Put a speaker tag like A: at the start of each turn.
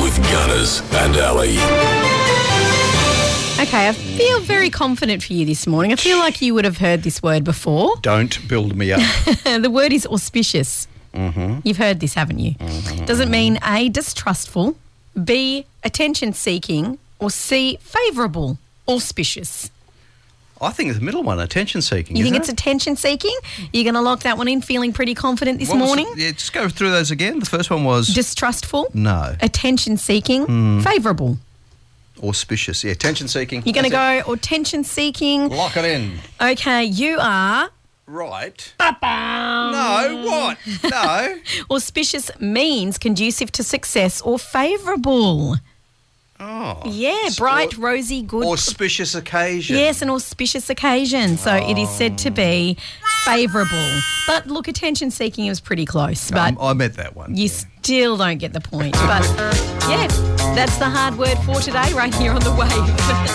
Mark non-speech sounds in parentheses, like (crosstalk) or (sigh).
A: Butters and Ali.
B: Okay, I feel very confident for you this morning. I feel like you would have heard this word before.
C: Don't build me up.
B: (laughs)
C: Mm-hmm.
B: the word is auspicious. You've heard this, haven't you? Does it mean A, distrustful, B, attention seeking, or C, favourable? Auspicious.
C: I think it's the middle one, attention seeking.
B: You
C: isn't
B: think it's
C: it?
B: attention seeking? You're going to lock that one in feeling pretty confident this
C: What was
B: morning?
C: it? Yeah, just go through those again. The first one was
B: Distrustful?
C: No.
B: Attention seeking?
C: Hmm.
B: Favourable.
C: auspicious. Yeah, attention seeking.
B: You're going to
C: That's
B: go attention
C: it.
B: seeking.
C: Lock it in.
B: Okay, you are
C: Right. No, what?
B: (laughs)
C: No.
B: auspicious means conducive to success or favourable.
C: Oh.
B: Yeah,
C: It's
B: bright,
C: au-
B: rosy, good.
C: Auspicious occasion.
B: Yes, an auspicious occasion. So it is said to be favourable. But look, attention seeking was pretty close. But
C: Um, I meant that one.
B: you still don't get the point. But yeah, that's the hard word for today, right here on the wave. (laughs)